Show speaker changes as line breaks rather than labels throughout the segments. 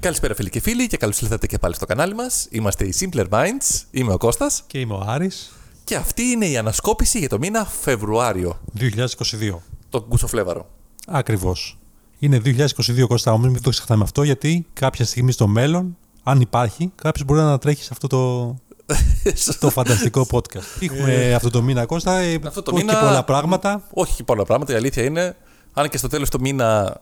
Καλησπέρα φίλοι και φίλοι και καλώς ήλθατε και πάλι στο κανάλι μας. Είμαστε οι Simpler Minds, είμαι ο Κώστας
Και είμαι ο Άρης,
και αυτή είναι η ανασκόπηση για το μήνα Φεβρουάριο,
2022.
τον Κουσοφλέβαρο.
Ακριβώς. Είναι 2022 Κώστα, όμως μην το ξεχνάμε αυτό, γιατί κάποια στιγμή στο μέλλον, αν υπάρχει, κάποιος μπορεί να ανατρέχει σε αυτό το, το φανταστικό podcast. Έχουμε αυτό το μήνα Κώστα, ε,
Αυτό το
όχι
μήνα-
και πολλά πράγματα.
Όχι και πολλά πράγματα, η αλήθεια είναι, αν και στο τέλος του μήνα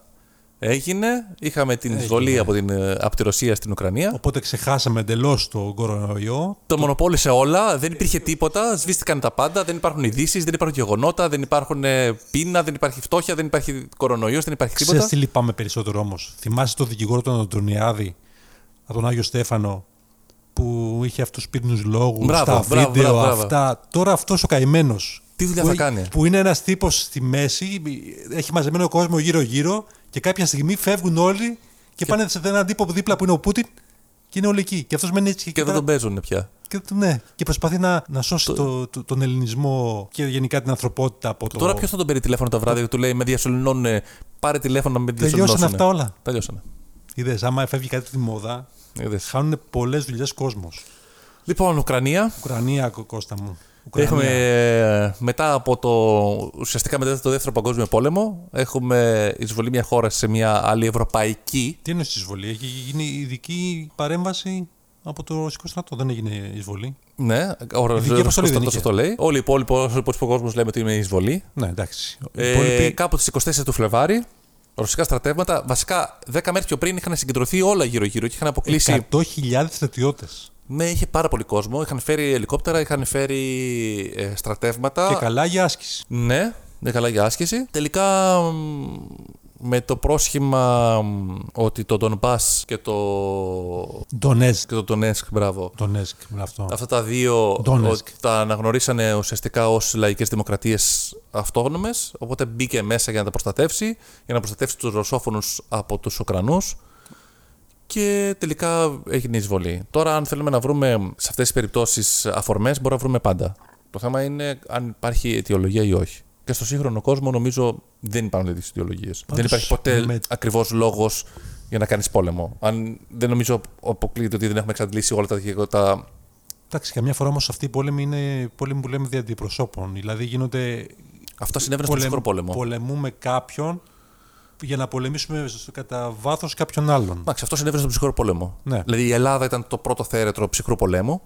έγινε, είχαμε την εισβολή από, την, ε, από τη Ρωσία στην Ουκρανία.
Οπότε ξεχάσαμε εντελώς τον κορονοϊό.
Το μονοπόλησε όλα, δεν υπήρχε τίποτα, σβήστηκαν τα πάντα, δεν υπάρχουν ειδήσεις, δεν υπάρχουν γεγονότα, δεν υπάρχουν ε, πείνα, δεν υπάρχει φτώχεια, δεν υπάρχει κορονοϊός, δεν υπάρχει
Ξέρεις
τίποτα.
τι λυπάμαι περισσότερο όμως. Θυμάσαι τον δικηγόρο τον Αντωνιάδη, από τον Άγιο Στέφανο, που είχε αυτούς τους πύρνους λόγους,
Μπράβο,
τα
μπράβο,
βίντεο
μπράβο, μπράβο.
αυτά. Τώρα αυτός ο καημένος.
Τι δουλειά
που,
θα
έ-
κάνει?
Που είναι ένας τύπος στη μέση, έχει μαζεμένο κόσμο γύρω-γύρω και κάποια στιγμή φεύγουν όλοι και, πάνε σε έναν τύπο δίπλα που είναι ο Πούτιν και είναι όλοι εκεί. Και αυτός μένει έτσι και,
Και δεν
κοιτά-
τον παίζουν πια.
και, ναι, και προσπαθεί να, να σώσει το- το- τον ελληνισμό και γενικά την ανθρωπότητα από το...
Τώρα ποιος θα τον παίρνει τηλέφωνο τα βράδια και του λέει Με διασωληνώνουν, ε, πάρε τηλέφωνο να με διασωληνώσουν.
Τελειώσαν αυτά όλα.
Τελειώσανε.
Είδες, άμα φεύγει κάτι από τη μόδα,
Είδες.
χάνουν πολλές δουλειές κόσμος.
Λοιπόν, Ουκρανία.
Ουκρανία, Κω- Κώστα μου. Ουκρανία.
Έχουμε ε, μετά από το. Ουσιαστικά μετά το δεύτερο παγκόσμιο πόλεμο, έχουμε εισβολή μια χώρα σε μια άλλη ευρωπαϊκή.
Τι εννοείς εισβολή, έχει γίνει ειδική παρέμβαση από το ρωσικό στρατό, δεν έγινε εισβολή.
Ναι, ο Ρωσικός
αποστολή δεν
στρατός
είχε.
αυτό λέει. Όλοι οι υπόλοιποι, ο υπόλοιπος κόσμος λέμε ότι είναι εισβολή.
Ναι, εντάξει. Οι
Ε,
υπόλοιποι-
κάπου τις 24 του Φλεβάρι, ρωσικά στρατεύματα. Βασικά, 10 μέρες πιο πριν είχαν συγκεντρωθεί όλα γύρω-γύρω και είχαν αποκλείσει.
100.000 στρατιώτες.
Ναι, είχε πάρα πολύ κόσμο. Είχαν φέρει ελικόπτερα, είχαν φέρει ε, στρατεύματα.
Και καλά για άσκηση.
Ναι, ναι, καλά για άσκηση. Τελικά μ, με το πρόσχημα μ, ότι το Ντονμπάς και το,
Ντονέσκ.
και το Ντονέσκ, μπράβο,
Ντονέσκ, με αυτό.
αυτά τα δύο
Ντόνεσκ.
ότι τα αναγνωρίσανε ουσιαστικά ως λαϊκές δημοκρατίες αυτόνομες, οπότε μπήκε μέσα για να τα προστατεύσει, για να προστατεύσει τους ρωσόφωνους από τους Ουκρανούς και τελικά έγινε η εισβολή. Τώρα αν θέλουμε να βρούμε σε αυτές τις περιπτώσεις αφορμές, μπορούμε να βρούμε πάντα. Το θέμα είναι αν υπάρχει αιτιολογία ή όχι. Και στο σύγχρονο κόσμο νομίζω δεν υπάρχουν τέτοιες αιτιολογίες. δεν
Πάντως,
υπάρχει ποτέ
με-
ακριβώς λόγος για να κάνεις πόλεμο. Αν δεν νομίζω αποκλείεται ότι δεν έχουμε εξαντλήσει όλα τα, τα
Εντάξει, καμιά φορά όμως αυτοί οι πόλεμοι είναι πόλεμοι που λέμε δια αντιπροσώπων. Δηλαδή γίνονται...
Αυτό συνέβαινε στον
πολεμ-
Ρωσικό πόλεμο.
Πολεμούμε κάποιον για να πολεμήσουμε στο- κατά βάθος κάποιον άλλον.
Εντάξει, αυτός συνέβαινε στον ψυχρό πόλεμο.
Ναι.
Δηλαδή η Ελλάδα ήταν το πρώτο θέρετρο ψυχρού πολέμου,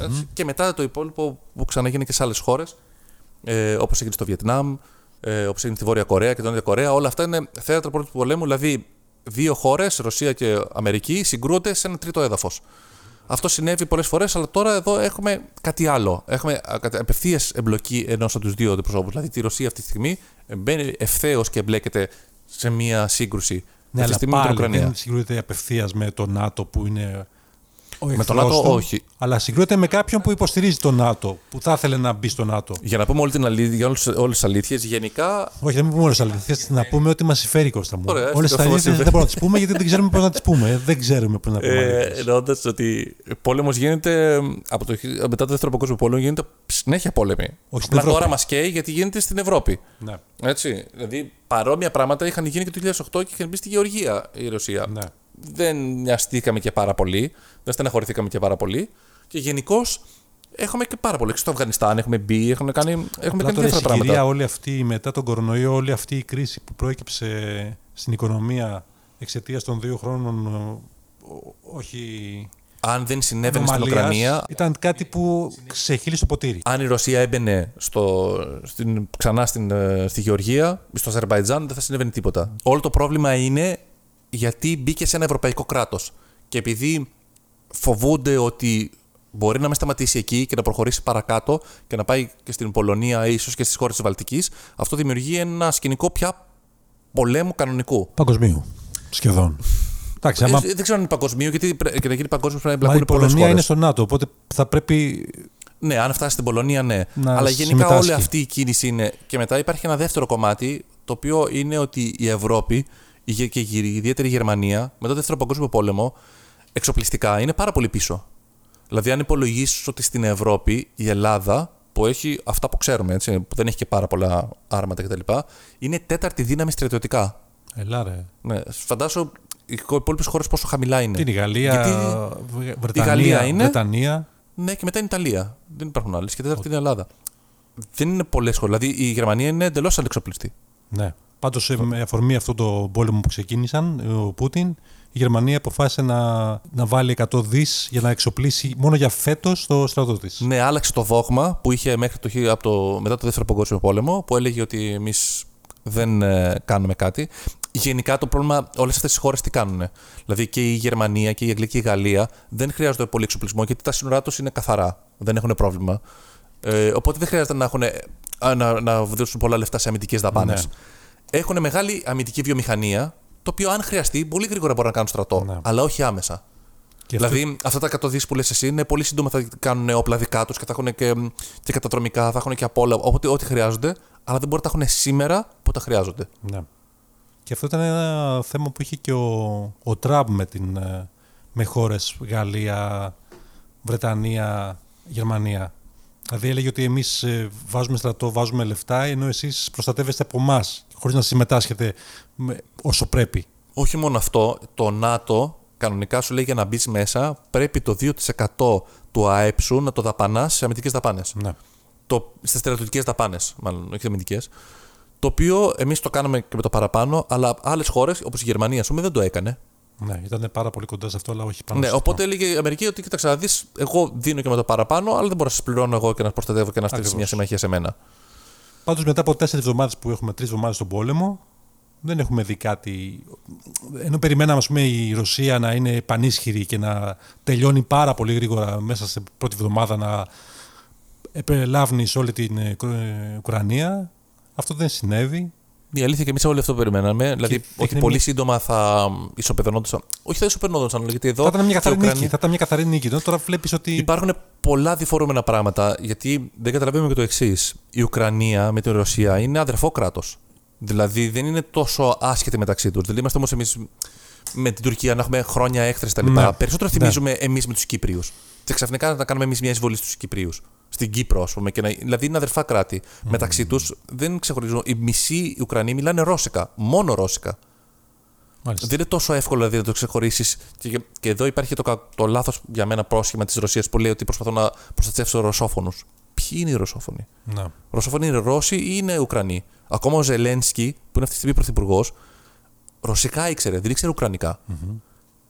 έτσι, και μετά το υπόλοιπο που ξαναγίνει και σε άλλες χώρες, ε, όπως έγινε στο Βιετνάμ, ε, όπως έγινε στη Βόρεια Κορέα και την Νότια Κορέα. Όλα αυτά είναι θέρετρα πρώτου πολέμου. Δηλαδή δύο χώρες, Ρωσία και Αμερική, συγκρούονται σε ένα τρίτο έδαφος. Αυτό συνέβη πολλές φορές, αλλά τώρα εδώ έχουμε κάτι άλλο. Έχουμε απευθείας εμπλοκή ενός από τους δύο αντιπροσώπους. Δηλαδή τη Ρωσία αυτή τη στιγμή ε, μπαίνει ευθέως και εμπλέκεται σε μία σύγκρουση.
Ναι,
αυτή τη στιγμή
αλλά
με την
πάλι
Ουκρανία.
δεν συγκρούεται απευθείας με το ΝΑΤΟ που είναι. Ο
Με το
εχθρός
ΝΑΤΟ
του,
όχι.
Αλλά συγκρούεται με κάποιον που υποστηρίζει το ΝΑΤΟ, που θα ήθελε να μπει στο ΝΑΤΟ.
Για να πούμε όλη την αλήθεια, για όλες, όλες τις αλήθειες, γενικά
Όχι, να μην πούμε όλες τις αλήθειες, να πούμε ό,τι μας συμφέρει, Κώστα μου.
Ε. Ωραία,
Όλες
αυτό
τι αλήθειε
μας
δεν μπορούμε να τις πούμε γιατί δεν ξέρουμε πώς να τις πούμε. ε. Δεν ξέρουμε πώς να πούμε.
ε,
αλήθειες.
εννοώντας ότι πόλεμος γίνεται από το, μετά το δεύτερο παγκόσμιο πόλεμο γίνεται συνέχεια πόλεμοι.
Όχι στην
Απλά τώρα
Ευρώπη.
μας καίει γιατί γίνεται στην Ευρώπη.
Ναι.
Έτσι, δηλαδή παρόμοια πράγματα είχαν γίνει και το 2008 και είχαν μπει στη Γεωργία η Ρωσία.
Ναι.
Δεν νοιαστήκαμε και πάρα πολύ, δεν στεναχωρηθήκαμε και πάρα πολύ και γενικώς έχουμε και πάρα πολύ. Και Στο Αφγανιστάν έχουμε μπει, έχουμε κάνει, έχουμε
Απλά
κάνει
τώρα η
διάφορα πράγματα.
συγκυρία όλη αυτή μετά τον κορονοϊό, όλη αυτή η κρίση που προέκυψε στην οικονομία εξαιτίας των δύο χρόνων. ε, ό- Όχι.
Αν δεν συνέβαινε στην
ομαλίας,
Ουκρανία,
Ήταν κάτι που ξεχύλει στο ποτήρι.
αν η Ρωσία έμπαινε στο, στην, ξανά στην, ε, στη Γεωργία, στο Αζερβαϊτζάν, δεν θα συνέβαινε τίποτα. Όλο το πρόβλημα είναι γιατί μπήκε σε ένα ευρωπαϊκό κράτος. Και επειδή φοβούνται ότι μπορεί να με σταματήσει εκεί και να προχωρήσει παρακάτω και να πάει και στην Πολωνία, ίσως και στις χώρες της Βαλτικής, αυτό δημιουργεί ένα σκηνικό πια πολέμου κανονικού.
Παγκοσμίου. Σχεδόν. Εντάξει,
Ε,
άμα
δεν ξέρω αν είναι παγκοσμίου, γιατί πρέ- για να γίνει παγκόσμιος πρέπει να
μα η
εμπλακούν πολλές
Πολωνία
χώρες.
είναι στο ΝΑΤΟ, οπότε θα πρέπει.
Ναι, αν φτάσει στην Πολωνία, ναι.
Να
Αλλά γενικά
συμμετάσχει.
όλη αυτή η κίνηση είναι. Και μετά υπάρχει ένα δεύτερο κομμάτι, το οποίο είναι ότι η Ευρώπη η γε- και η γη- ιδιαίτερη η Γερμανία, με το δεύτερο παγκόσμιο πόλεμο, εξοπλιστικά είναι πάρα πολύ πίσω. Δηλαδή, αν υπολογίσει ότι στην Ευρώπη η Ελλάδα, που έχει αυτά που ξέρουμε, έτσι, που δεν έχει και πάρα πολλά άρματα κτλ., είναι τέταρτη δύναμη στρατιωτικά.
Ελά, ρε.
Ναι, φαντάσου οι υπόλοιπες χώρες πόσο χαμηλά είναι.
Την η Γαλλία,
Γιατί
Βρε- Βρετανία,
η Γαλλία είναι.
Βρετανία.
Ναι, και μετά είναι η Ιταλία. Δεν υπάρχουν άλλες. Και τέταρτη είναι η Ελλάδα. Δεν είναι πολλές χώρες. Δηλαδή η Γερμανία είναι εντελώς ανεξοπλιστή.
Ναι. Πάντως, με αφορμή αυτό το πόλεμο που ξεκίνησαν, ε, ο Πούτιν, η Γερμανία αποφάσισε να, να βάλει 100 δις για να εξοπλίσει μόνο για φέτος το στρατό της.
Ναι, άλλαξε το δόγμα που είχε μέχρι το, χι- από το, μετά το Δεύτερο Παγκόσμιο Πόλεμο, που έλεγε ότι εμείς δεν ε, κάνουμε κάτι. Γενικά το πρόβλημα, όλες αυτές τι χώρες τι κάνουν. Δηλαδή και η Γερμανία και η Αγγλία και η Γαλλία δεν χρειάζονται πολύ εξοπλισμό γιατί τα σύνορά τους είναι καθαρά. Δεν έχουν πρόβλημα. Ε, οπότε δεν χρειάζεται να, έχουν, ε, α, να, να δώσουν πολλά λεφτά σε αμυντικές δαπάνες.
Ναι.
Έχουν μεγάλη αμυντική βιομηχανία, το οποίο αν χρειαστεί πολύ γρήγορα μπορούν να κάνουν στρατό,
Ναι.
αλλά όχι άμεσα.
Και αυτό-
Δηλαδή, αυτά τα 100 δις που λες εσύ είναι πολύ σύντομα θα κάνουν όπλα δικά τους και θα έχουν και, και καταδρομικά, θα έχουν και από όλα. Οπότε, ό,τι χρειάζονται, αλλά δεν μπορεί να τα έχουν σήμερα που τα χρειάζονται.
Ναι. Και αυτό ήταν ένα θέμα που είχε και ο, ο Τραμπ με, την, ε, με χώρες Γαλλία, Βρετανία, Γερμανία. Δηλαδή έλεγε ότι εμείς ε, βάζουμε στρατό, βάζουμε λεφτά, ενώ εσείς προστατεύεστε από εμάς, χωρίς να συμμετάσχετε με- όσο πρέπει.
Όχι μόνο αυτό, το ΝΑΤΟ κανονικά σου λέει για να μπεις μέσα πρέπει το 2% του ΑΕΠ σου να το δαπανάς σε αμυντικές δαπάνες.
Ναι.
το, στις στρατιωτικές δαπάνες, μάλλον, όχι αμυντικές, το οποίο εμείς το κάναμε και με το παραπάνω, αλλά άλλες χώρες, όπως η Γερμανία, ας πούμε, δεν το έκανε.
ναι, ήταν πάρα πολύ κοντά σε αυτό, αλλά όχι πάνω
Ναι,
σε αυτό.
οπότε έλεγε η Αμερική ότι, κοίταξε να δεις, εγώ δίνω και με το παραπάνω, αλλά δεν μπορώ να σας πληρώνω εγώ και να σας προστατεύω και να στείλεις
Ακριβώς.
μια συμμαχία σε μένα.
Πάντως μετά από τέσσερις εβδομάδες που έχουμε τρεις εβδομάδες στον πόλεμο, δεν έχουμε δει κάτι. Ενώ περιμέναμε ας πούμε, η Ρωσία να είναι πανίσχυρη και να τελειώνει πάρα πολύ γρήγορα μέσα σε πρώτη εβδομάδα να επελάβνει σε όλη την ε, Ουκρα- ε, Ουκρανία. Αυτό δεν συνέβη.
Η αλήθεια και εμείς όλο αυτό περιμέναμε. Δηλαδή ότι
έγινε
πολύ
μια-
σύντομα θα ισοπεδωνόντουσαν. Όχι, θα ισοπεδωνόντουσαν, γιατί εδώ.
θα, ήταν μια
και η
καθαρή
Ουκρανία-
νίκη, θα ήταν μια καθαρή νίκη. Ενώ τώρα βλέπεις ότι.
Υπάρχουν πολλά διφορούμενα πράγματα, γιατί δεν καταλαβαίνουμε και το εξής. Η Ουκρανία με την Ρωσία είναι αδερφό κράτο. Δηλαδή δεν είναι τόσο άσχετοι μεταξύ τους. Δεν είμαστε όμως εμείς με την Τουρκία να έχουμε χρόνια έκθεση κτλ.
Ναι.
Περισσότερο
Ναι.
θυμίζουμε εμείς με τους Κύπριους. Και ξαφνικά να κάνουμε εμείς μια εισβολή στους Κυπρίους. Στην Κύπρο, ας πούμε. Και να... Δηλαδή είναι αδερφά κράτη. Μεταξύ τους δεν ξεχωρίζουν. Οι μισοί Ουκρανοί μιλάνε Ρώσικα. Μόνο Ρώσικα.
Μάλιστα.
Δεν είναι τόσο εύκολο δηλαδή, να το ξεχωρίσεις. Και, και εδώ υπάρχει το, κα- το λάθος για μένα πρόσχημα της Ρωσίας που λέει ότι προσπαθώ να προστατεύσω Ρωσόφωνους. Ποιοι είναι οι Ρωσόφωνοι.
Ναι.
Ρωσόφωνοι είναι Ρώσοι ή είναι Ουκρανοί. Ακόμα ο Ζελένσκι, που είναι αυτή τη στιγμή πρωθυπουργός, ρωσικά ήξερε, δεν ήξερε Ουκρανικά.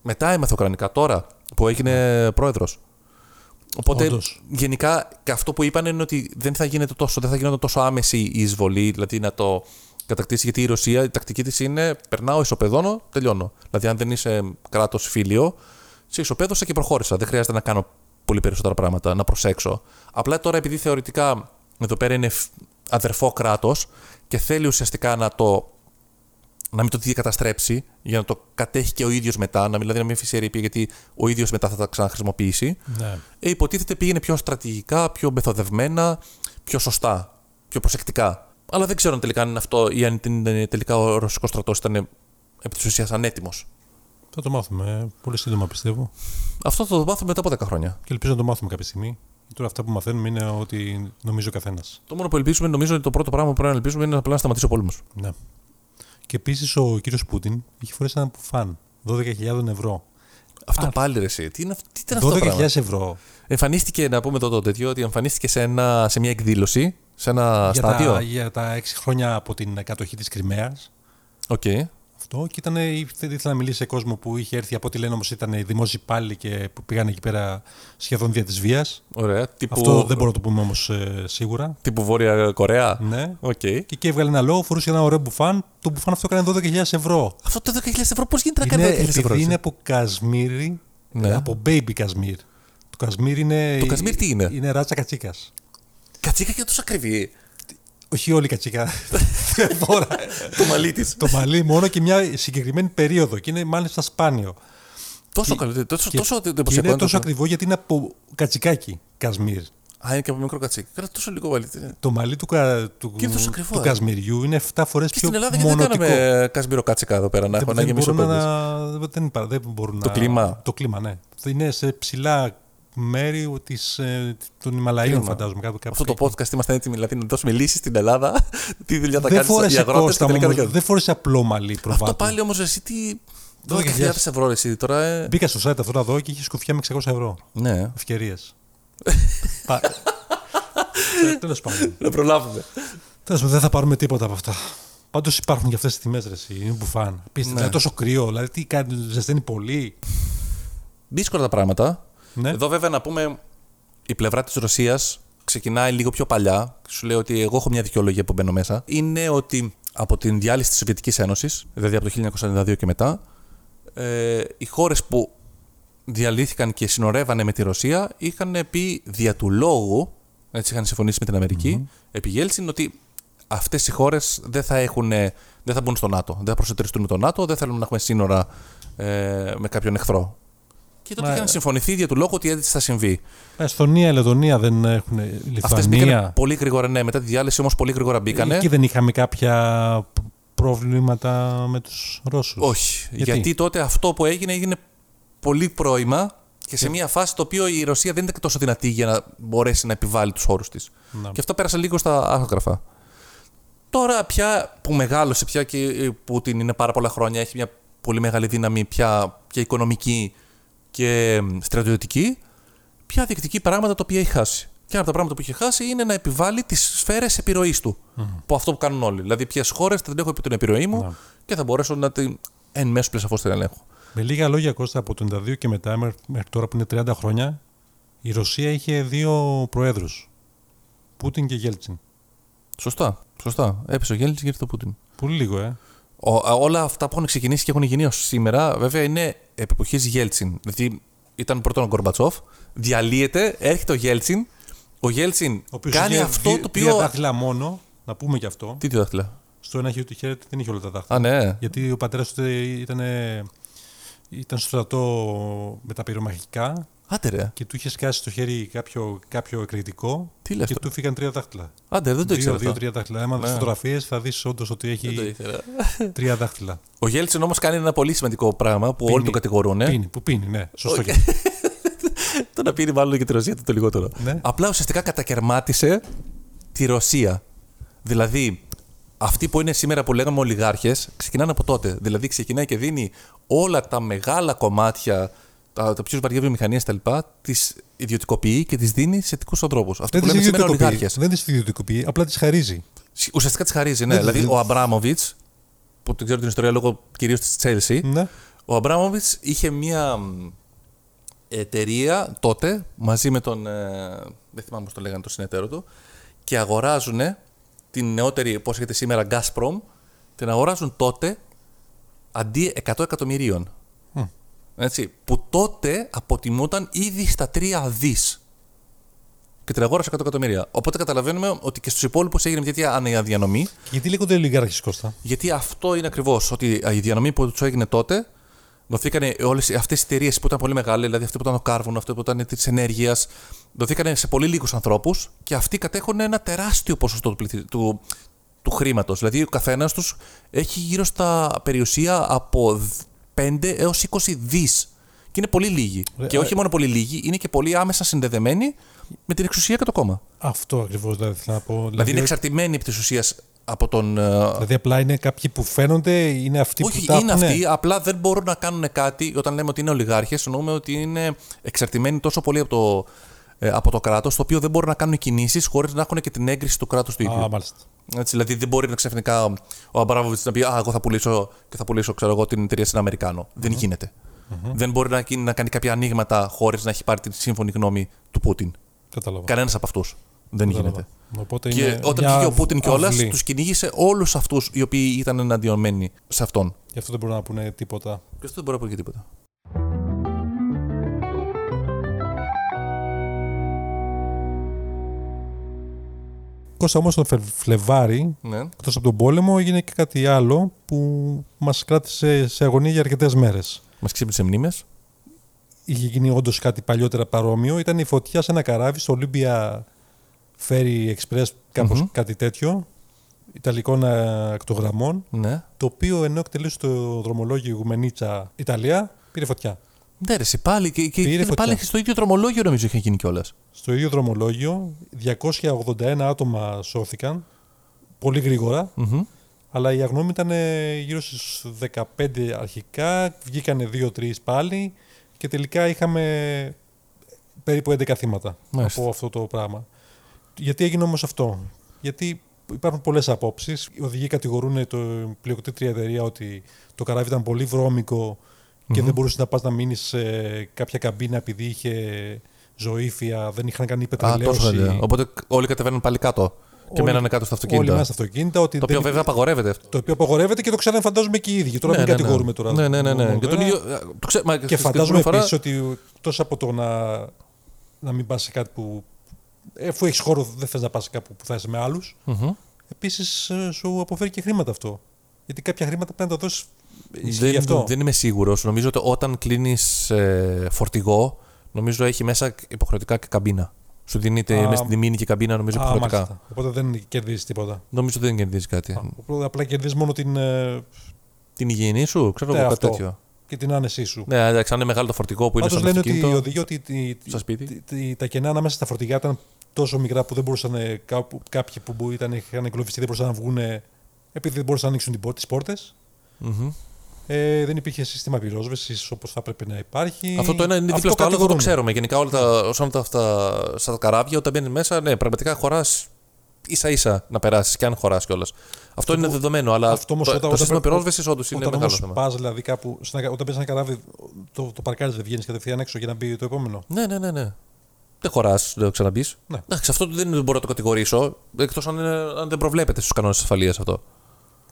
Μετά έμαθε Ουκρανικά, τώρα που έγινε πρόεδρος. Οπότε
Όντως.
γενικά και αυτό που είπαν είναι ότι δεν θα, γίνεται τόσο, δεν θα γινόταν τόσο άμεση η εισβολή, δηλαδή να το κατακτήσει. Γιατί η Ρωσία, η τακτική της είναι περνάω, ισοπεδώνω, τελειώνω. Δηλαδή, αν δεν είσαι κράτος φίλιο, σε ισοπαίδωσα και προχώρησα. Δεν χρειάζεται να κάνω πολύ περισσότερα πράγματα, να προσέξω. Απλά τώρα επειδή θεωρητικά εδώ πέρα είναι φ- αδερφό κράτος και θέλει ουσιαστικά να το να μην το διακαταστρέψει, για να το κατέχει και ο ίδιος μετά, να, δηλαδή να μην αφήσει ερήπια, γιατί ο ίδιος μετά θα τα ξαναχρησιμοποιήσει.
Ναι.
Ε, υποτίθεται πήγαινε πιο στρατηγικά, πιο μεθοδευμένα, πιο σωστά, πιο προσεκτικά. Αλλά δεν ξέρω αν τελικά είναι αυτό ή αν την- ε, τελικά ο ρωσικός στρατός ήταν ε, επί της ουσίας ανέτοιμος.
Θα το μάθουμε ε, πολύ σύντομα πιστεύω.
Αυτό θα το μάθουμε μετά από 10 χρόνια.
Και ελπίζω να το μάθουμε κάποια στιγμή. Τώρα αυτά που μαθαίνουμε είναι ότι νομίζει ο καθένας.
Το μόνο που ελπίζουμε, νομίζω ότι το πρώτο πράγμα που πρέπει να ελπίζουμε είναι απλά να σταματήσει ο πόλεμος.
Ναι. Και επίσης ο κύριος Πούτιν είχε φορέσει ένα πουφάν 12.000 ευρώ.
Αυτό
Α.
πάλι ρε, εσύ. Τι, είναι, αυ- τι ήταν αυτό το
12.000
πράγμα.
ευρώ
Εμφανίστηκε, να πούμε εδώ το τέτοιο, ότι εμφανίστηκε σε, ένα, σε μια εκδήλωση, σε ένα
για
στάδιο.
τα, για τα 6 χρόνια από την κατοχή της Κρυμαίας.
Οκ.
Αυτό. Και ήταν, ήθελε να μιλήσει σε κόσμο που είχε έρθει από ό,τι λένε όμως ήταν οι δημόσιοι υπάλληλοι και που πήγαν εκεί πέρα σχεδόν δια της βίας.
Ωραία. Τύπου,
Αυτό δεν μπορώ να το πούμε όμως σίγουρα.
τύπου Βόρεια Κορέα.
Ναι.
Οκ.
Και εκεί έβγαλε ένα λόγο, φορούσε ένα ωραίο μπουφάν. Το μπουφάν αυτό έκανε 12.000 ευρώ.
Αυτό το 12.000 ευρώ πώς γίνεται να κάνει
Είναι,
12.000 ευρώ.
επειδή
έτσι?
είναι από Κασμίρι,
Ναι.
από baby Κασμίρ. Το Κασμίρ είναι.
Το Κασμίρ τι είναι?
Είναι ράτσα κατσίκας.
Κατσίκα και τόσο ακριβή.
Όχι όλη η κατσίκα. Βόρα.
το μαλλί της.
το μαλλί μόνο και μια συγκεκριμένη περίοδο. Και είναι μάλιστα σπάνιο.
τόσο καλό. Τόσο,
Και-
τόσο
και
εντυπωσιακό.
είναι τόσο
το-
ακριβό γιατί είναι από κατσικάκι Κασμίρ.
Α, είναι και από μικρό κατσίκι. Κρατά τόσο λίγο μαλλί. τι είναι.
Το μαλλί του, κα- του,
Και είναι τόσο ακριβό,
του
ε.
Κασμιριού είναι 7 φορές
Και
πιο
στην Ελλάδα γιατί δεν
μονοτικό.
κάναμε κασμίρο κάτσικα εδώ πέρα, να έχω
δεν,
να
δεν,
γεμίσω
μπορούν
πόδι.
να, δεν, υπά- δεν μπορούν
Το
να-
κλίμα.
Το κλίμα, ναι. Είναι σε ψηλά μέρη της, ε, των Ιμαλαίων,
Κλίμα.
φαντάζομαι. Κάπου, κάπου
Αυτό το
εκεί.
podcast ήμασταν έτοιμοι δηλαδή, να δώσουμε λύσεις στην Ελλάδα. Τι δουλειά θα
Δεν
κάνεις οι
φόρεσε
αγρότε και
κόστα
τελικά
όμως,
δεν κάνουν.
δεν φόρεσε απλό μαλλί προβάτου.
Αυτό πάλι όμως εσύ τι. 12.000 ευρώ ρε, εσύ τώρα. ε.
Μπήκα στο site αυτό να δω και είχε σκουφιά με 600 ευρώ.
Ναι.
Ευκαιρίες. Τέλο Ε, πάντων.
Να προλάβουμε.
Τέλος πάντων, δεν θα πάρουμε τίποτα από αυτά. Πάντως υπάρχουν και αυτές τις τιμές, ρε. εσύ. Είναι μπουφάν. Πείστε,
Ναι.
είναι τόσο κρύο. Δηλαδή, τι κάνει, ζεσταίνει πολύ.
Δύσκολα τα πράγματα.
Ναι.
Εδώ βέβαια να πούμε η πλευρά της Ρωσίας ξεκινάει λίγο πιο παλιά. Σου λέω ότι εγώ έχω μια δικαιολογία που μπαίνω μέσα. Είναι ότι από την διάλυση της Σοβιετικής Ένωσης, δηλαδή από το 1992 και μετά, ε, οι χώρες που διαλύθηκαν και συνορεύανε με τη Ρωσία είχαν πει δια του λόγου, έτσι είχαν συμφωνήσει με την αμερικη επί Γέλσιν, ότι αυτές οι χώρες δεν θα, έχουν, δεν θα μπουν στο ΝΑΤΟ, δεν θα προσετριστούν με το ΝΑΤΟ, δεν θέλουν να έχουμε σύνορα ε, με κάποιον εχθρό. Και τότε
Μα,
είχαν
ε.
συμφωνηθεί δια του λόγου ότι έτσι θα συμβεί.
Εστονία, Λετωνία δεν έχουν.
Αυτές μπήκαν
Λιθουανία.
πολύ γρήγορα, ναι. Μετά τη διάλυση όμως πολύ γρήγορα μπήκανε.
Εκεί δεν είχαμε κάποια π- προβλήματα με τους Ρώσους.
Όχι.
Γιατί?
Γιατί? τότε αυτό που έγινε έγινε πολύ πρώιμα και σε μια φάση το οποίο η Ρωσία δεν ήταν και τόσο δυνατή για να μπορέσει να επιβάλλει τους όρους της. Και αυτά πέρασαν λίγο στα άγραφα. Τώρα πια που μεγάλωσε πια και η Πούτιν είναι πάρα πολλά χρόνια, έχει μια πολύ μεγάλη δύναμη πια και οικονομική και εμ, στρατιωτική, πια διεκδικεί πράγματα τα οποία έχει χάσει. Και ένα από τα πράγματα που έχει χάσει είναι να επιβάλλει τις σφαίρες επιρροής του. Που αυτό που κάνουν όλοι. Δηλαδή, ποιες χώρες δεν έχω επί την επιρροή μου
Ναι.
και θα μπορέσω να την εν μέσω πλεσαφώ την ελέγχω.
Με λίγα λόγια, Κώστα, από το 92 και μετά, μέχ- μέχρι τώρα που είναι 30 χρόνια, η Ρωσία είχε δύο προέδρους. Πούτιν και Γέλτσιν.
Σωστά. Σωστά. Έπεσε ο Γέλνη και ήρθε ο Πούτιν.
Πολύ λίγο, ε.
Ο, α, όλα αυτά που έχουν ξεκινήσει και έχουν γίνει ως σήμερα, βέβαια, είναι επί εποχής Γέλτσιν. Δηλαδή, ήταν πρώτον ο Γκορμπατσόφ, διαλύεται, έρχεται ο Γέλτσιν. Ο Γέλτσιν
Ο οποίος
κάνει
είχε
αυτό
δύ-
το
Δύο
οποίο.
δάχτυλα μόνο, να πούμε και αυτό.
Τι δύο δάχτυλα.
Στο ένα χέρι του χέρι δεν είχε όλα τα δάχτυλα.
Α, ναι.
Γιατί ο πατέρας του ήταν, ήταν στο στρατό με τα πυρομαχικά
Άντε ρε.
και του είχε σκάσει στο χέρι κάποιο, κάποιο εκρηκτικό
Τι λες
και
τώρα.
του φύγαν τρία δάχτυλα.
Άντε, δεν το ήξερα. αυτό.
Δύο-τρία δάχτυλα. Άμα δει
Ναι.
φωτογραφίες, θα δεις όντως ότι
Δεν το
έχει
ήξερα.
τρία δάχτυλα.
Ο Γέλτσιν όμως κάνει ένα πολύ σημαντικό πράγμα που όλοι
Πίνει.
τον κατηγορούν.
Πίνει, που πίνει, ναι. Σωστό
Ε? Όχι.
και αυτό.
Το να πίνει μάλλον και τη Ρωσία ήταν το λιγότερο.
Ναι.
Απλά ουσιαστικά κατακαιρμάτισε τη Ρωσία. Δηλαδή, αυτοί που είναι σήμερα που λέγαμε ολιγάρχες, ξεκινάνε από τότε. Δηλαδή, ξεκινάει και δίνει όλα τα μεγάλα κομμάτια, τα, τα πιο βαριά βιομηχανία κτλ., τις ιδιωτικοποιεί και τις δίνει σε τικού ανθρώπους. Αυτό
Δεν
που
Ναι, τις
λέμε σήμερα
ιδιωτικοποιεί.
ολιγάρχε.
Δεν τις ιδιωτικοποιεί, απλά τις χαρίζει.
Ουσιαστικά τις χαρίζει, ναι.
Δεν-
δηλαδή,
δεν-
ο Αμπράμοβιτ, που την ξέρω την ιστορία λόγω κυρίως της Τσέλσι,
Ναι.
ο Αμπράμοβιτ είχε μία μ, εταιρεία τότε μαζί με τον. ε, δεν θυμάμαι πώς το λέγανε το συνεταίρο του. Και αγοράζουν την νεότερη, πώ έχετε σήμερα, Gazprom. Την αγοράζουν τότε αντί 100 εκατομμυρίων.
Μμ.
Έτσι, που τότε αποτιμούταν ήδη στα 3 δις. Και την αγόρασε 100 εκατομμύρια. Οπότε καταλαβαίνουμε ότι και στους υπόλοιπους έγινε μια τέτοια αναδιανομή.
Και Γιατί λέγονται ολιγάρχε, Κώστα.
Γιατί αυτό είναι ακριβώς. Ότι η διανομή που τους έγινε τότε δοθήκανε όλες αυτές οι εταιρείες που ήταν πολύ μεγάλες, δηλαδή αυτή που ήταν το κάρβουνο, αυτή που ήταν της ενέργειας, δοθήκανε σε πολύ λίγους ανθρώπους και αυτοί κατέχουν ένα τεράστιο ποσοστό του, πληθυ... του, του χρήματος. Δηλαδή ο καθένας τους έχει γύρω στα περιουσία από 5 έω 20 δις. Και είναι πολύ λίγοι.
Ρε,
και
α-
όχι μόνο πολύ λίγοι, είναι και πολύ άμεσα συνδεδεμένοι με την εξουσία και το κόμμα.
Αυτό ακριβώς δηλαδή θέλω να πω.
Δηλαδή είναι εξαρτημένοι επί τη ουσία από τον. ε,
Δηλαδή απλά είναι κάποιοι που φαίνονται, είναι αυτοί
Όχι,
που τα
είναι
έχουνε.
αυτοί, απλά δεν μπορούν να κάνουν κάτι. Όταν λέμε ότι είναι ολιγάρχες, εννοούμε ότι είναι εξαρτημένοι τόσο πολύ από το, ε, από το κράτος, το οποίο δεν μπορούν να κάνουν κινήσεις χωρίς να έχουν και την έγκριση του κράτους του ίδιου.
Ναι. Α, μάλιστα.
Έτσι, δηλαδή δεν μπορεί να ξαφνικά ο Αμπράβοβιτ να πει Α, εγώ θα πουλήσω και θα πουλήσω ξέρω εγώ, την εταιρεία σε έναν αμερικανο Δεν γινεται Δεν μπορεί να, γίνει- να κάνει κάποια ανοίγματα χωρίς να έχει πάρει τη σύμφωνη γνώμη του Πούτιν.
Κατάλαβα.
Κανένας από αυτούς. Δεν
Κατάλαβα.
γίνεται.
Οπότε
Και
είναι
όταν
μια
βγήκε ο Πούτιν κιόλας,
αυλή.
τους κυνήγησε όλους αυτούς οι οποίοι ήταν εναντιωμένοι σε αυτόν.
Γι' αυτό δεν μπορούν να πούνε τίποτα.
Και αυτό δεν μπορεί να πω και τίποτα.
Κώστα όμως το Φε- Φλεβάρι,
Ναι.
εκτός από τον πόλεμο, έγινε και κάτι άλλο που μας κράτησε σε αγωνία για αρκετές μέρες.
Μας ξύπνησε μνήμες.
Είχε γίνει όντως κάτι παλιότερα παρόμοιο. Ήταν η φωτιά σε ένα καράβι στο Olympia Ferry Express, καπως
Μμμ.
κάτι τέτοιο, ιταλικών α, ακτογραμμών.
Ναι.
το οποίο ενώ εκτελούσε το δρομολόγιο Γουμενίτσα Ιταλία, πήρε φωτιά.
Ναι, ρε, εσύ, πάλι. Και, και,
Πήρε
και
φωτιά.
πάλι στο ίδιο δρομολόγιο νομίζω είχε γίνει κιόλας.
Στο ίδιο δρομολόγιο, 281 άτομα σώθηκαν πολύ γρήγορα, Αλλά η αγνώμη ήταν ε, γύρω στους 15 αρχικά, βγήκανε 2-3 πάλι και τελικά είχαμε ε, περίπου 11 θύματα
Μάλιστα.
από αυτό το πράγμα. Γιατί έγινε όμως αυτό. Γιατί υπάρχουν πολλές απόψεις. Οι οδηγοί κατηγορούν το πλειοκτήτρια εταιρεία ότι το καράβι ήταν πολύ βρώμικο και δεν μπορούσες να πας να μείνεις σε κάποια καμπίνα επειδή είχε ζωήφια, δεν είχαν κάνει
Α, τόσο
πετρελαίωση.
χαλιά. Οπότε όλοι κατεβαίνουν πάλι κάτω. Και
Όλοι-
μένανε κάτω στα
Όλοι
αυτοκίνητα.
μέσα στα αυτοκίνητα. Ότι
Το οποίο
δεν-
βέβαια απαγορεύεται αυτό.
το οποίο απογορεύεται και το ξέρανε φαντάζομαι και οι ίδιοι. Τώρα μην κατηγορούμε τώρα.
Ναι, ναι, ναι. ναι.
Μόνο,
Και, τον
βέβαια.
ίδιο, ε, το ξέ- μα
Και
στην
φαντάζομαι
προηγούμενη φορά-
επίση ότι εκτό από το να, να μην πας σε κάτι που. Εφού έχεις χώρο, δεν θες να πας κάπου που θα είσαι με άλλους.
Μμμ.
Επίσης σου αποφέρει και χρήματα αυτό. Γιατί κάποια χρήματα πρέπει να τα δώσεις. Ισχύει
Δεν,
αυτό.
δεν είμαι σίγουρος. Νομίζω ότι όταν κλείνεις ε, φορτηγό, νομίζω έχει μέσα υποχρεωτικά και καμπίνα. Σου δίνεται
Α,
μέσα στην τιμή είναι και καμπίνα, νομίζω
Α,
υποχρεωτικά.
μάλιστα. Οπότε δεν κερδίζεις τίποτα.
Νομίζω ότι δεν κερδίζεις κάτι.
Οπότε απλά κερδίζεις μόνο την, ε,
Την υγιεινή σου, ξέρω
Ναι,
εγώ κάτι
αυτό.
τέτοιο.
και την άνεσή σου.
Ναι, εντάξει, αν είναι μεγάλο το φορτηγό που είναι
Πάντως
στο
λένε ότι οι
αυτοκίνητο.
οδηγοί ότι τη-
στο σπίτι.
τη- τη- τα κενά ανάμεσα στα φορτηγά ήταν τόσο μικρά που δεν μπορούσαν ε, κάπου- κάποιοι που μπο- ήταν, είχαν εγκλωβιστεί δεν μπορούσαν να βγουν επειδή δεν μπορούσαν να ανοίξουν τις πόρτες.
Μμμ.
Ε, δεν υπήρχε σύστημα πυρόσβεσης όπως θα έπρεπε να υπάρχει.
Αυτό το ένα είναι δίπλα στο άλλο, αυτό το
κατηγορούν.
ξέρουμε. Γενικά όλα τα, όσον αφορά αυτά στα καράβια, όταν μπαίνει μέσα, ναι, πραγματικά χωράς ίσα ίσα να περάσεις και αν χωράς κιόλας. Αυτό είναι δεδομένο, αλλά
αυτό όμως
το,
όταν-
το
όταν
σύστημα
πρέπει-
πυρόσβεσης όντως είναι
όταν
μεγάλο
όμως
θέμα.
πας, δηλαδή κάπου, σε ένα- όταν πα ένα καράβι, το, το παρκάρι δεν βγαίνει κατευθείαν έξω για να μπει το επόμενο.
Ναι, ναι, ναι. ναι. Δεν χωράς, δεν ξαναμπεί.
Ναι.
Εντάξει, αυτό δεν μπορώ να το κατηγορήσω, εκτός αν, είναι- αν δεν προβλέπεται στους κανόνες ασφαλεία αυτό.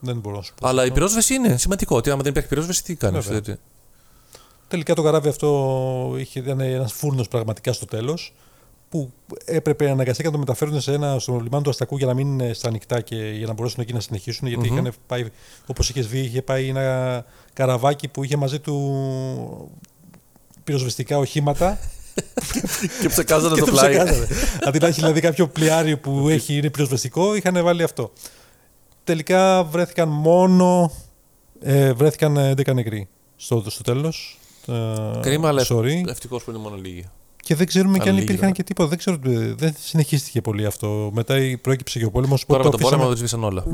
Δεν μπορώ να σου πω.
Αλλά η πυρόσβεση είναι σημαντικό. Ότι άμα δεν υπάρχει πυρόσβεση, τι κάνεις.
Βέβαια. Τελικά το καράβι αυτό είχε, ήταν ένας φούρνος πραγματικά στο τέλος που έπρεπε αναγκαστικά να το μεταφέρουν σε ένα, στο λιμάνι του Αστακού για να μην είναι στα ανοιχτά και για να μπορέσουν εκεί να συνεχίσουν. Γιατί
Μμμ.
είχαν πάει, όπως είχες βγει, είχε πάει ένα καραβάκι που είχε μαζί του πυροσβεστικά οχήματα.
και ψεκάζανε
και
το
το
πλάι. Ναι.
ψεκάζανε. Αντί να έχει δηλαδή κάποιο πλοιάριο που έχει, είναι πυροσβεστικό, είχαν βάλει αυτό. Τελικά βρέθηκαν μόνο. Ε, βρέθηκαν ε, 11 νεκροί στο, στο τέλος.
Κρίμα, αλλά ε,
Sorry.
ευτυχώς που είναι μόνο λίγοι.
Και δεν ξέρουμε και αν
Ανοίγει
υπήρχαν
τώρα.
και τίποτα. Δεν, ξέρω, ε, δεν συνεχίστηκε πολύ αυτό. Μετά η- προέκυψε και ο πόλεμος.
Τώρα με τον πόλεμο δεν σβήσαν όλα.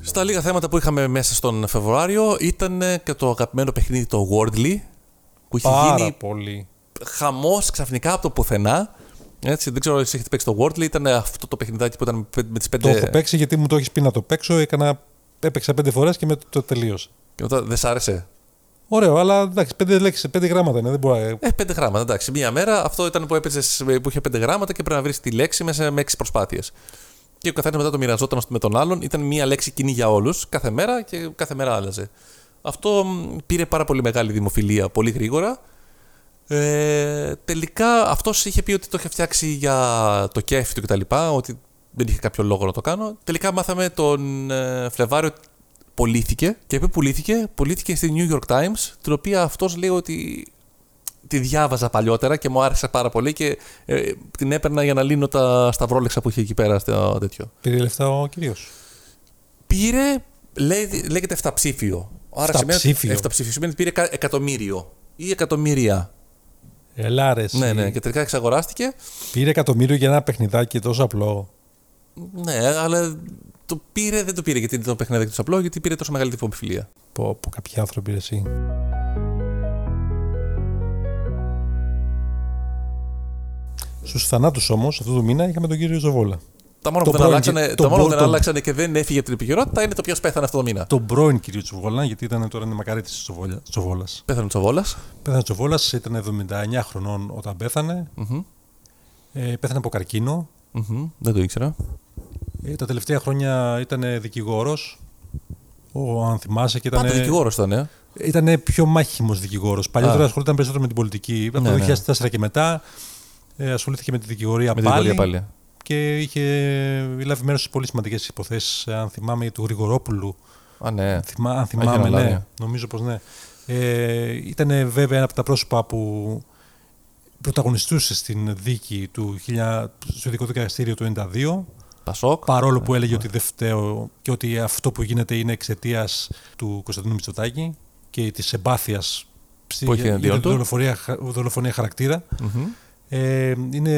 Στα λίγα θέματα που είχαμε μέσα στον Φεβρουάριο ήταν ε, και το αγαπημένο παιχνίδι το Wordly που είχε
Πάρα
γίνει
πολύ.
χαμός ξαφνικά από το πουθενά. Έτσι, δεν ξέρω αν εσείς έχετε παίξει το Wordly. Ήταν αυτό το παιχνιδάκι που ήταν με πέ- με τις
Το έχω
πέντε.
παίξει γιατί μου το έχεις πει να το παίξω. Έκανα, έπαιξα πέντε φορές και με το, το τελείωσα.
Και μετά δεν σ' άρεσε.
Ωραίο, αλλά εντάξει, πέντε λέξεις, πέντε γράμματα είναι. Δεν μπορώ. να-
Ε, πέντε γράμματα, εντάξει. Μία μέρα αυτό ήταν που, έπαιζες, ε, που είχε πέντε γράμματα και πρέπει να βρεις τη λέξη μέσα με έξι προσπάθειες. Και ο καθένας μετά το μοιραζόταν με τον άλλον. Ήταν μία λέξη κοινή για όλους κάθε μέρα και κάθε μέρα άλλαζε. Αυτό μ, πήρε πάρα πολύ μεγάλη δημοφιλία πολύ γρήγορα. Ε, τελικά αυτός είχε πει ότι το είχε φτιάξει για το κέφι του κτλ. Ότι δεν είχε κάποιο λόγο να το κάνω. Τελικά μάθαμε τον ε, Φλεβάριο ότι πουλήθηκε. Και επειδή πουλήθηκε, πουλήθηκε στη New York Times, την οποία αυτός λέει ότι τη διάβαζα παλιότερα και μου άρεσε πάρα πολύ και ε, την έπαιρνα για να λύνω τα σταυρόλεξα που είχε εκεί πέρα στο τέτοιο.
Πήρε λεφτά ο κυρίω.
Πήρε, λέει, λέγεται εφταψήφιο. Άρα σημαίνει-
Εφταψήφιο.
Εφταψήφιο σημαίνει ότι πήρε εκα- εκατομμύριο ή εκατομμύρια.
Ελάρες.
Ναι, ναι, και τελικά εξαγοράστηκε.
Πήρε εκατομμύριο για ένα παιχνιδάκι τόσο απλό.
Ναι, αλλά το πήρε, δεν το πήρε γιατί το παιχνίδι του απλό, γιατί πήρε τόσο μεγάλη δημοφιλία.
Πω, πω, κάποιοι άνθρωποι ρε εσύ. Στους θανάτους όμως, αυτού του μήνα είχαμε τον κύριο Ζοβόλα.
Τα μόνο
Το
που δεν
πρώην-
αλλάξανε,
το
τα μόνο που
πρώην-
δεν αλλάξανε και δεν έφυγε από την επικαιρότητα είναι το ποιος πέθανε αυτό το μήνα.
Τον πρώην κύριο Τσοβόλα, γιατί ήταν τώρα είναι μακαρίτης τη Τσοβόλα.
Πέθανε ο Τσοβόλα.
Πέθανε ο Τσοβόλα, ήταν 79 χρονών όταν πέθανε. Ε, πέθανε από καρκίνο.
Δεν το ήξερα.
Ε, τα τελευταία χρόνια ήταν δικηγόρος. Ο, αν θυμάσαι, και ήταν.
Πάντα δικηγόρος ήταν, ε.
ήταν πιο μάχημος δικηγόρος. Παλιότερα
Α.
ασχολούταν περισσότερο με την πολιτική. Από
Ναι,
το
ναι.
2004 και μετά ε, ασχολήθηκε με τη δικηγορία
Με την πάλι.
πάλι,
πάλι.
Και είχε λάβει μέρος σε πολύ σημαντικές υποθέσεις. Αν θυμάμαι, του Γρηγορόπουλου.
Α, ναι.
Θυμά, αν
Έχει
θυμάμαι,
αναλάβει.
ναι. Νομίζω πως ναι. Ε, ήταν βέβαια ένα από τα πρόσωπα που πρωταγωνιστούσε στην δίκη του 1000 στο ειδικό δικαστήριο του 92
Πασόκ.
παρόλο που έλεγε ότι δεν φταίω και ότι αυτό που γίνεται είναι εξαιτίας του Κωνσταντινού Μητσοτάκη και της εμπάθειας
Που είχε εναντίον του.
δολοφονία, χα- δολοφονία χαρακτήρα.
Μμμ.
Ε, είναι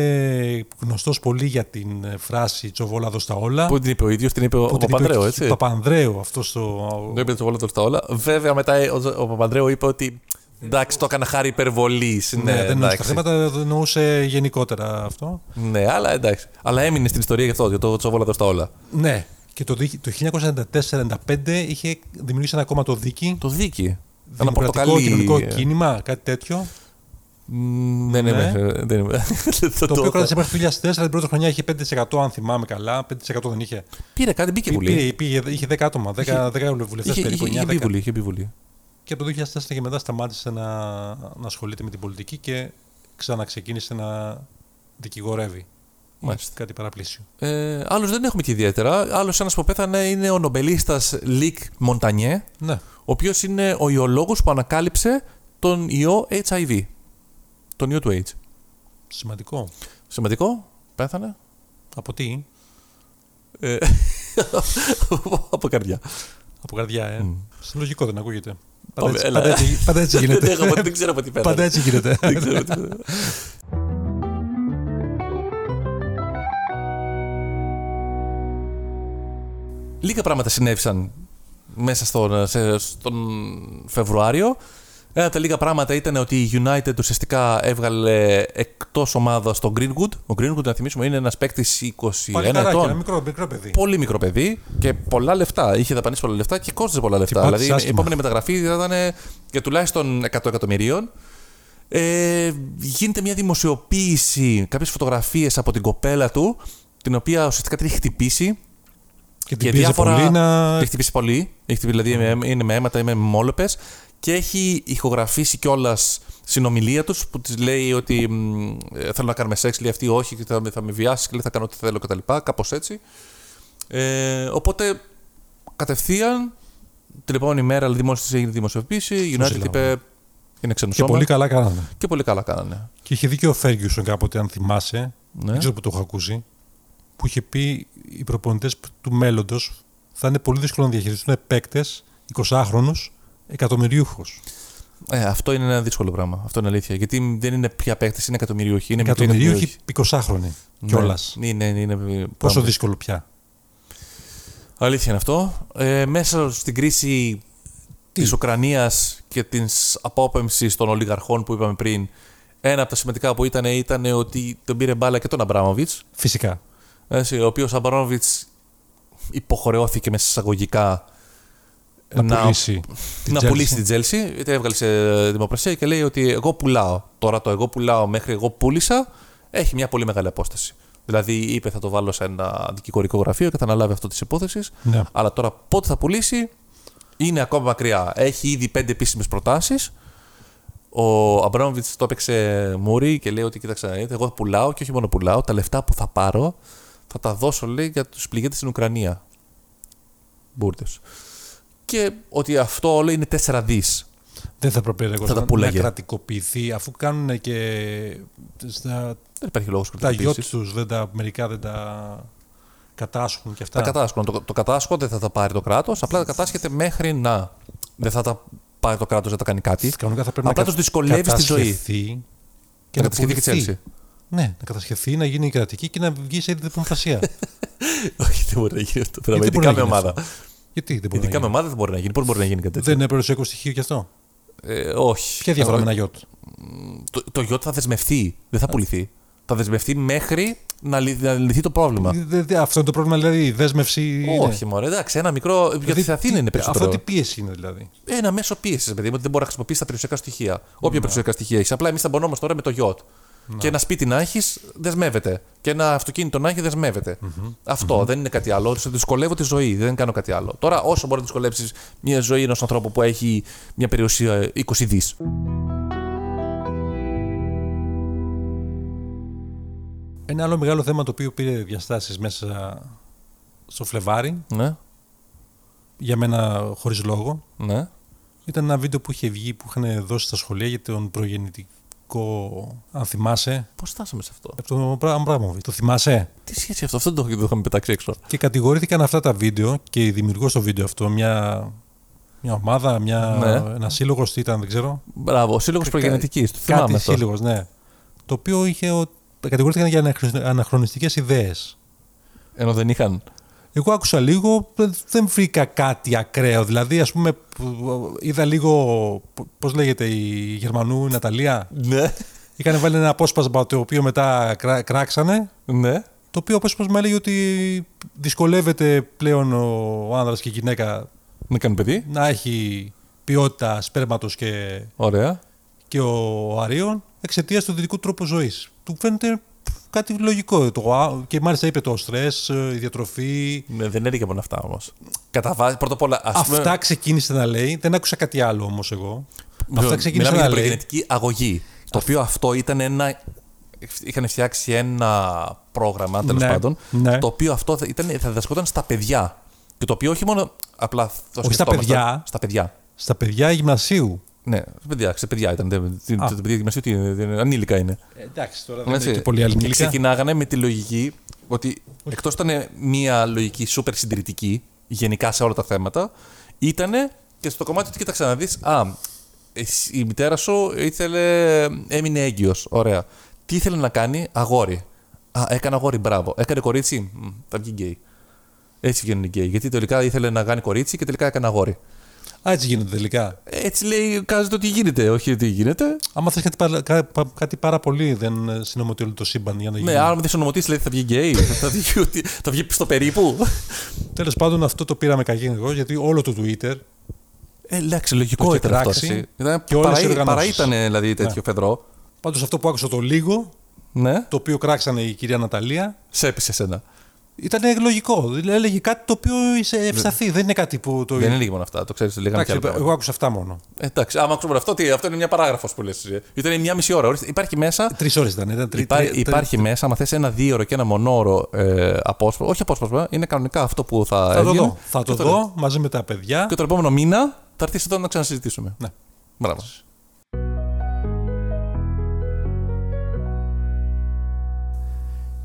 γνωστός πολύ για την φράση «Τσοβόλα δώσ' τα όλα».
Που την είπε ο ίδιος, την είπε ο, ο
την είπε
Παπανδρέου, έτσι.
Παπανδρέου, αυτός το...
Δεν είπε το βόλο στα όλα. Βέβαια, μετά ε, ο, ο Παπανδρέου είπε ότι. Εντάξει, το έκανα χάρη υπερβολή.
Ναι, δεν εννοούσε τα
εντάξει.
θέματα, δεν εννοούσε γενικότερα αυτό.
Ναι, αλλά εντάξει. Αλλά έμεινε στην ιστορία γι' αυτό, για το τσοβόλα τα όλα.
Ναι, και το, δι- το 1994-95 είχε δημιουργήσει ένα κόμμα το Δίκη,
Το δίκη. Ένα
δημοκρατικό
πορτοκαλί.
κοινωνικό κίνημα, κάτι τέτοιο,
Μ, Ναι, ναι,
Ναι.
ναι, δεν είμαι.
το οποίο κράτησε μέχρι το 2004, την πρώτη χρονιά είχε 5% αν θυμάμαι καλά, 5% δεν είχε.
Πήρε κάτι, μπήκε η Βουλή.
Πήγε, πήγε, είχε 10 άτομα, 10, 10 βουλευτές
Είχε-
περίπου,
είχε- Είχε
9-10.
μπει η Βουλή, είχε μπει η Βουλή.
Και από το 2004 και μετά σταμάτησε να, να ασχολείται με την πολιτική και ξαναξεκίνησε να δικηγορεύει.
Μάλιστα.
Κάτι παραπλήσιο.
Ε, Άλλου δεν έχουμε και ιδιαίτερα. Άλλος ένας που πέθανε είναι ο νομπελίστας Λικ Μοντανιέ,
Ναι.
ο οποίος είναι ο ιολόγος που ανακάλυψε τον ιό HIV. Τον ιό του AIDS.
Σημαντικό.
Σημαντικό, πέθανε.
Από τι?
Ε, από καρδιά.
Από καρδιά, ε. Συλλογικό δεν ακούγεται. Πάντα
Πάμε,
έτσι,
έλα.
πάντα έτσι- πάντα έτσι
Δεν,
γίνεται.
έχω- δεν ξέρω από τι
Πάντα
πέθανε.
έτσι γίνεται.
Δεν ξέρω από τι πέθανε. Λίγα πράγματα συνέβησαν μέσα στον, σε- στον Φεβρουάριο. Ένα από τα λίγα πράγματα ήταν ότι η United ουσιαστικά έβγαλε εκτός ομάδας τον Greenwood. Ο Greenwood, να θυμίσουμε, είναι ένας παίκτης 21
Παλικάράκι, ένα
ετών.
μικρό, μικρό παιδί.
πολύ μικρό παιδί και πολλά λεφτά. Είχε δαπανίσει πολλά λεφτά και κόστιζε πολλά λεφτά.
πάτησε
δηλαδή η
άσχημα.
επόμενη μεταγραφή θα ήταν ε, για τουλάχιστον 100 εκατομμυρίων. Ε, γίνεται μια δημοσιοποίηση, κάποιες φωτογραφίες από την κοπέλα του, την οποία ουσιαστικά την έχει χτυπήσει.
Και την πίεζε πολύ
Την
να...
έχει χτυπήσει πολύ. Έχει χτυπήσει,
Ναι.
δηλαδή με- είναι με αίματα, είναι με μόλοπες. Και έχει ηχογραφήσει κιόλας συνομιλία τους που της λέει ότι μ, ε, θέλω να κάνουμε σεξ, λέει αυτή όχι, και θα, με- θα με βιάσεις και λέει θα κάνω ό,τι θέλω κτλ. Κάπως έτσι. Ε, οπότε κατευθείαν την επόμενη μέρα δημόσια έγινε δημοσιοποίηση. Η United
Ζηλάβω.
είπε είναι ξένο
Και
σώμα.
πολύ καλά κάνανε.
και πολύ καλά κάνανε.
Και είχε δίκιο ο Φέργιουσον κάποτε, αν θυμάσαι.
Ναι.
Δεν ξέρω που το έχω ακούσει. Που είχε πει οι προπονητές του μέλλοντος θα είναι πολύ δύσκολο να διαχειριστούν παίκτες 20χρονου εκατομμυριούχου.
Ε, αυτό είναι ένα δύσκολο πράγμα. Αυτό είναι αλήθεια. Γιατί δεν είναι πια παίκτης, είναι εκατομμυριούχοι. Είναι μικροί, είναι
Εκατομμυριούχοι 20χρονοι κιόλα.
Ναι, ναι, ναι, είναι
Πόσο
πράγμα.
δύσκολο πια.
Αλήθεια είναι αυτό. Ε, μέσα στην κρίση της Ουκρανίας και της απόπεμψης των ολιγαρχών που είπαμε πριν, ένα από τα σημαντικά που ήταν ήταν ότι τον πήρε μπάλα και τον Αμπράμοβιτς,
Φυσικά.
έτσι, ο οποίος Αμπράμοβιτς υποχρεώθηκε μέσα εισαγωγικά
Να, πουλήσει. την
να
Chelsea.
πουλήσει την Τζέλση. Την έβγαλε σε δημοπρασία και λέει ότι εγώ πουλάω. Τώρα το εγώ πουλάω μέχρι εγώ πούλησα έχει μια πολύ μεγάλη απόσταση. Δηλαδή είπε θα το βάλω σε ένα δικηγορικό γραφείο και θα αναλάβει αυτό της υπόθεσης.
Ναι.
Αλλά τώρα πότε θα πουλήσει είναι ακόμα μακριά. Έχει ήδη πέντε επίσημες προτάσεις. Ο Αμπράμοβιτ το έπαιξε μούρι και λέει ότι κοίταξε να δείτε, εγώ πουλάω και όχι μόνο πουλάω, τα λεφτά που θα πάρω θα τα δώσω λέει για τους πληγέντες στην Ουκρανία. Μπούρτες. Και ότι αυτό όλο είναι 4 δις.
Δεν θα έπρεπε εγώ,
τα
να- να
πουλάγε.
κρατικοποιηθεί αφού κάνουν και στα-
Δεν υπάρχει λόγος
τα γιο
κρατικοποίηση.
του, μερικά δεν τα κατάσχουν και αυτά.
Τα κατάσκω. Το, το κατάσκω δεν θα τα πάρει το κράτος, απλά τα κατάσχεται μέχρι να. Δεν θα τα πάρει το κράτος, δεν τα κάνει κάτι.
Κανονικά θα πρέπει
Απλά
να
τους δυσκολεύει στη ζωή.
κατασχεθεί Και
Να
να,
κατασχεθεί και η
πουληθεί.
Chelsea.
Ναι, να κατασχεθεί, να γίνει η κρατική και να βγει σε διπλωματασία.
Όχι, δεν μπορεί να γίνει αυτό. Τώρα,
Γιατί δεν μπορεί
Ειδικά
να
με
γίνει
ομάδα.
Γιατί δεν μπορεί
Ειδικά
να
με
γίνει.
ομάδα δεν μπορεί να γίνει. Πώς μπορεί να γίνει κάτι τέτοιο.
Δεν είναι περιουσιακό στοιχείο κι αυτό.
Ε, όχι.
Ποια διαφορά με ένα γιότ.
Το, το γιότ θα δεσμευτεί. Δεν θα πουληθεί. Θα δεσμευτεί μέχρι να, λυ, να λυθεί το πρόβλημα.
Ε, Δε- δε- Αυτό είναι το πρόβλημα, δηλαδή η δέσμευση. είναι.
Όχι, μωρέ. Εντάξει, ένα μικρό. Γιατί
Δηλαδή,
στην Αθήνα
τι-
είναι
Αυτό
περισσότερο.
τι πίεση είναι δηλαδή.
Ένα μέσο πίεσης, παιδί μου, ότι δεν μπορεί να χρησιμοποιήσει τα περιουσιακά στοιχεία.
Ναι.
Όποια περιουσιακά στοιχεία έχεις. Απλά εμείς τα μπονόμαστε τώρα με το γιότ. Και ένα σπίτι να έχεις, δεσμεύεται. Και ένα αυτοκίνητο να έχει, δεσμεύεται. Αυτό δεν είναι κάτι άλλο. Σου δυσκολεύω τη ζωή, δεν κάνω κάτι άλλο. Τώρα, όσο μπορεί να δυσκολέψεις μια ζωή ενός ανθρώπου που έχει μια περιουσία 20 δις.
Ένα άλλο μεγάλο θέμα το οποίο πήρε διαστάσεις μέσα στο Φλεβάρι,
Ναι,
για μένα χωρίς λόγο,
ναι.
ήταν ένα βίντεο που είχε βγει που είχαν δώσει στα σχολεία για τον προγεννητικό. Αν θυμάσαι,
Πώς φτάσαμε σε αυτό.
από τον Αμπρα- Αμπράμοβιτ. Ε, Το θυμάσαι.
Τι σχέση αυτό, αυτό δεν το δεν το είχαμε πετάξει έξω.
Και κατηγορήθηκαν αυτά τα βίντεο και η δημιουργός το βίντεο αυτό, μια, μια ομάδα, μια,
Ναι.
ένα σύλλογος, τι ήταν, δεν ξέρω.
Μπράβο, ο σύλλογος προγεννητική. Το
Κάτι
θυμάμαι αυτό.
σύλλογος, ναι. το οποίο είχε, ο- κατηγορήθηκαν για αναχρονι- αναχρονιστικές ιδέες.
Ενώ δεν είχαν.
Εγώ άκουσα λίγο, δε- δεν βρήκα κάτι ακραίο. Δηλαδή, ας πούμε, που- είδα λίγο, π- πώς λέγεται, η Γερμανού Ναταλία.
Ναι.
Είχαν βάλει ένα απόσπασμα το οποίο μετά κρά- κράξανε.
Ναι.
Το οποίο απόσπασμα έλεγε ότι δυσκολεύεται πλέον ο άνδρας και η γυναίκα
Να κάνει παιδί.
να έχει ποιότητα σπέρματος και,
Ωραία.
και ο αρίων εξαιτίας του δυτικού τρόπου ζωής. Του φαίνεται π, κάτι λογικό. Το, α- και μάλιστα είπε το στρες, ε, η διατροφή,
Ναι, δεν έδειξε μόνο αυτά όμως. Κατά βάση, πρώτα απ' όλα. Ας πούμε,
Αυτά ξεκίνησε να λέει. Δεν άκουσα κάτι άλλο όμως εγώ.
μιλάμε
Αυτά ξεκίνησε
για
να
την
λέει.
προγενετική αγωγή. Το οποίο αυτό ήταν ένα. Είχαν φτιάξει ένα πρόγραμμα τέλος
Ναι,
πάντων.
ναι.
Το οποίο αυτό θα, ήταν, θα διδασκόταν στα παιδιά. Και το οποίο όχι μόνο απλά. Το
στα
σκεφτόμαστε,
παιδιά.
Στα παιδιά.
Στα παιδιά γυμνασίου.
Ναι, στα παιδιά, σε παιδιά ήταν. δεν- τι- Τα παιδιά γυμνασίου τι είναι, δεν- ανήλικα είναι.
Ε, εντάξει, τώρα
Έτσι. Και ξεκινάγανε με τη λογική ότι εκτός ήταν μια λογική σούπερ συντηρητική γενικά σε όλα τα θέματα, ήταν και στο κομμάτι ότι κοίταξε να δεις. Α, εσύ- η μητέρα σου ήθελε, έμεινε έγκυος. Ωραία. Τι ήθελε να κάνει, αγόρι. Α, έκανε αγόρι, μπράβο. Έκανε κορίτσι, μ, θα βγει γκέι. Έτσι βγαίνουν οι γκέι. Γιατί τελικά ήθελε να κάνει κορίτσι και τελικά έκανε αγόρι.
Α, έτσι γίνεται τελικά.
Έτσι λέει, κάζεται ότι γίνεται, όχι ότι γίνεται.
Άμα θες κάτι, παρα- κα- πα- κάτι πάρα πολύ, δεν ε, συνομωτεί όλο το σύμπαν για να γίνει.
Ναι, άρα με δυσονομωτήσει, λέει θα βγει γκέι, θα βγει, ότι- θα βγει στο περίπου.
Τέλος πάντων, αυτό το πήραμε καγίνη εγώ, γιατί όλο το Twitter.
Ε, εντάξει,
Το
λογικό
είχε
ήταν αυτό.
κράξει
έτσι. Ήταν
και όλες οι
παρά,
οργανώσεις. Ναι.
παρά ήταν δηλαδή τέτοιο φεδρό.
Πάντως, αυτό που άκουσα το λίγο,
Ναι,
το οποίο κράξανε η κυρία Ναταλία,
σε έπεισε σένα.
ήταν λογικό. Δηλαδή, Έλεγε κάτι το οποίο είσαι ευσταθεί. Δεν είναι κάτι που το.
Δεν έλεγε μόνο αυτά, το ξέρεις, λέγαμε και
Εντάξει,
άλλα πράγματα.
εγώ άκουσα αυτά μόνο.
Εντάξει, άμα ακούσουμε αυτό, τι, αυτό είναι μια παράγραφος που λες. Ήταν μια μισή ώρα. ορίστε. Υπάρχει μέσα.
Τρεις ώρες ήταν. ήταν Ε, τρι-
Υπά,
τρι-
υπάρχει μέσα, άμα θες ένα δίωρο και ένα μονόωρο ε, απόσπασμα. Όχι απόσπασμα, είναι κανονικά αυτό που θα,
Θα το
έβγαινε.
δω. Θα
Και
το δω μαζί με τα παιδιά.
Και τον επόμενο μήνα θα έρθεις εδώ να ξανασυζητήσουμε.
Ναι.
Μπράβο.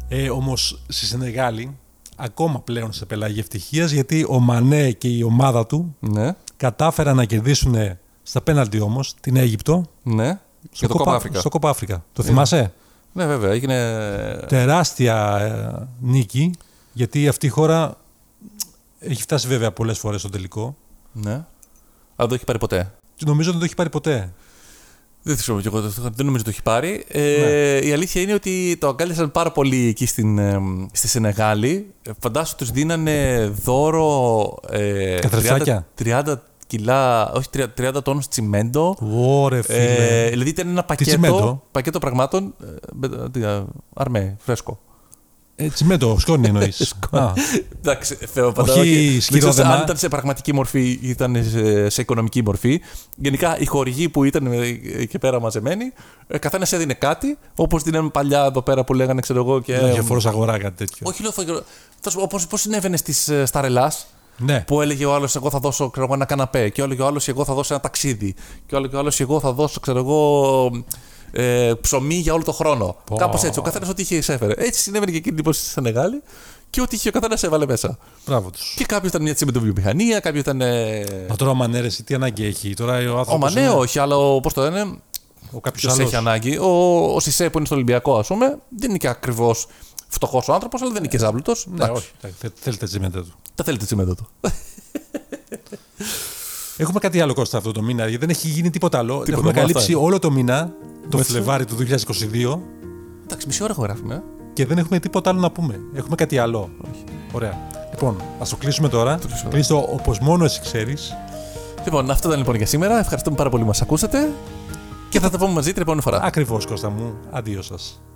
Ε, Όμως στη Σενεγάλη, ακόμα πλέον σε πελάγη ευτυχίας, γιατί ο Μανέ και η ομάδα του
Ναι,
κατάφεραν να κερδίσουν στα πέναλτι όμως την Αίγυπτο
ναι. και το
Copa-
κόμμα Αφρικα.
στο Copa Africa. Το θυμάσαι.
Ναι, βέβαια, έγινε.
Τεράστια ε, νίκη, γιατί αυτή η χώρα έχει φτάσει βέβαια πολλές φορές στο τελικό.
Ναι. Αλλά δεν το έχει πάρει ποτέ.
Και νομίζω δεν το έχει πάρει ποτέ.
Δεν ξέρω κι εγώ, δεν νομίζω το έχει πάρει. Ε,
Ναι.
Η αλήθεια είναι ότι το αγκάλιασαν πάρα πολύ εκεί στην, ε, στη Σενεγάλη. Ε, Φαντάσου τους δίνανε δώρο ε,
Καθρεφτάκια.
30, 30 κιλά, όχι 30, 30 τόνους τσιμέντο.
Ωρε φίλε.
Ε, δηλαδή ήταν ένα
τσιμέντο?
πακέτο, πακέτο πραγμάτων, ε, με- τι, ε, αρμέ, φρέσκο.
Ε, τσιμέντο, σκόνη εννοείς.
Εντάξει, θεω πάντα.
Όχι
όχι. Δεν
σκυρόδεμα.
ξέρω Αν ήταν σε πραγματική μορφή ή ήταν σε, σε οικονομική μορφή. Γενικά οι χορηγοί που ήταν ε, εκεί πέρα μαζεμένοι, καθένας έδινε κάτι. Όπως δίναμε παλιά εδώ πέρα που λέγανε, ξέρω εγώ. Και,
Διαφορό Ε, αγορά, κάτι τέτοιο.
όχι λεωφορείο. Όπω συνέβαινε στις, ε, στα ρελάς,
Ναι.
που έλεγε ο άλλος: Εγώ θα δώσω ξέρω, εγώ, ένα καναπέ. Και έλεγε ο άλλος: Εγώ θα δώσω ένα ταξίδι. Και έλεγε ο άλλος: Εγώ θα δώσω ξέρω, εγώ, ε, ψωμί για όλο το χρόνο.
Πω.
Κάπως έτσι. Ο καθένας ό,τι είχε εισέφερε. Έτσι συνέβαινε και εκείνη την υπόθεση στη Σενεγάλη και ό,τι είχε ο καθένας έβαλε μέσα.
Μπράβο τους.
Και κάποιος ήταν μια τσιμεντοβιομηχανία, κάποιος ήταν. ε,
Μα τώρα ο Μανέρες τι ανάγκη έχει. Τώρα ο
Ο
άνθρωπο.
Μανέ, όχι, αλλά πώς το λένε.
Ο κάποιος
Ποιος έχει
άλλο.
ανάγκη. Ο, ο Σισε που είναι στο Ολυμπιακό, ας πούμε, δεν είναι και ακριβώς φτωχός ο άνθρωπος, αλλά δεν είναι και ζάμπλουτο.
Ναι, όχι. εντάξει, θε- Θέλετε τσιμέντα του.
Τα θέλετε τσιμέντα του.
Έχουμε κάτι άλλο Κώστα αυτό το μήνα. γιατί Δεν έχει γίνει τίποτα άλλο. Έχουμε
μόνο
καλύψει
αυτά
όλο το μήνα, το Φλεβάρι του 2022,
Εντάξει, μισή ώρα γράφουμε. ε.
και δεν έχουμε τίποτα άλλο να πούμε. Έχουμε κάτι άλλο. Ωραία. Λοιπόν, ας το κλείσουμε τώρα.
κλείσουμε.
Κλείστο όπως μόνο εσύ ξέρεις.
Λοιπόν, αυτό ήταν λοιπόν για σήμερα. Ευχαριστούμε πάρα πολύ που μας ακούσατε. Και θα τα πούμε μαζί την επόμενη φορά.
Ακριβώς Κώστα μου. Αντίο σας.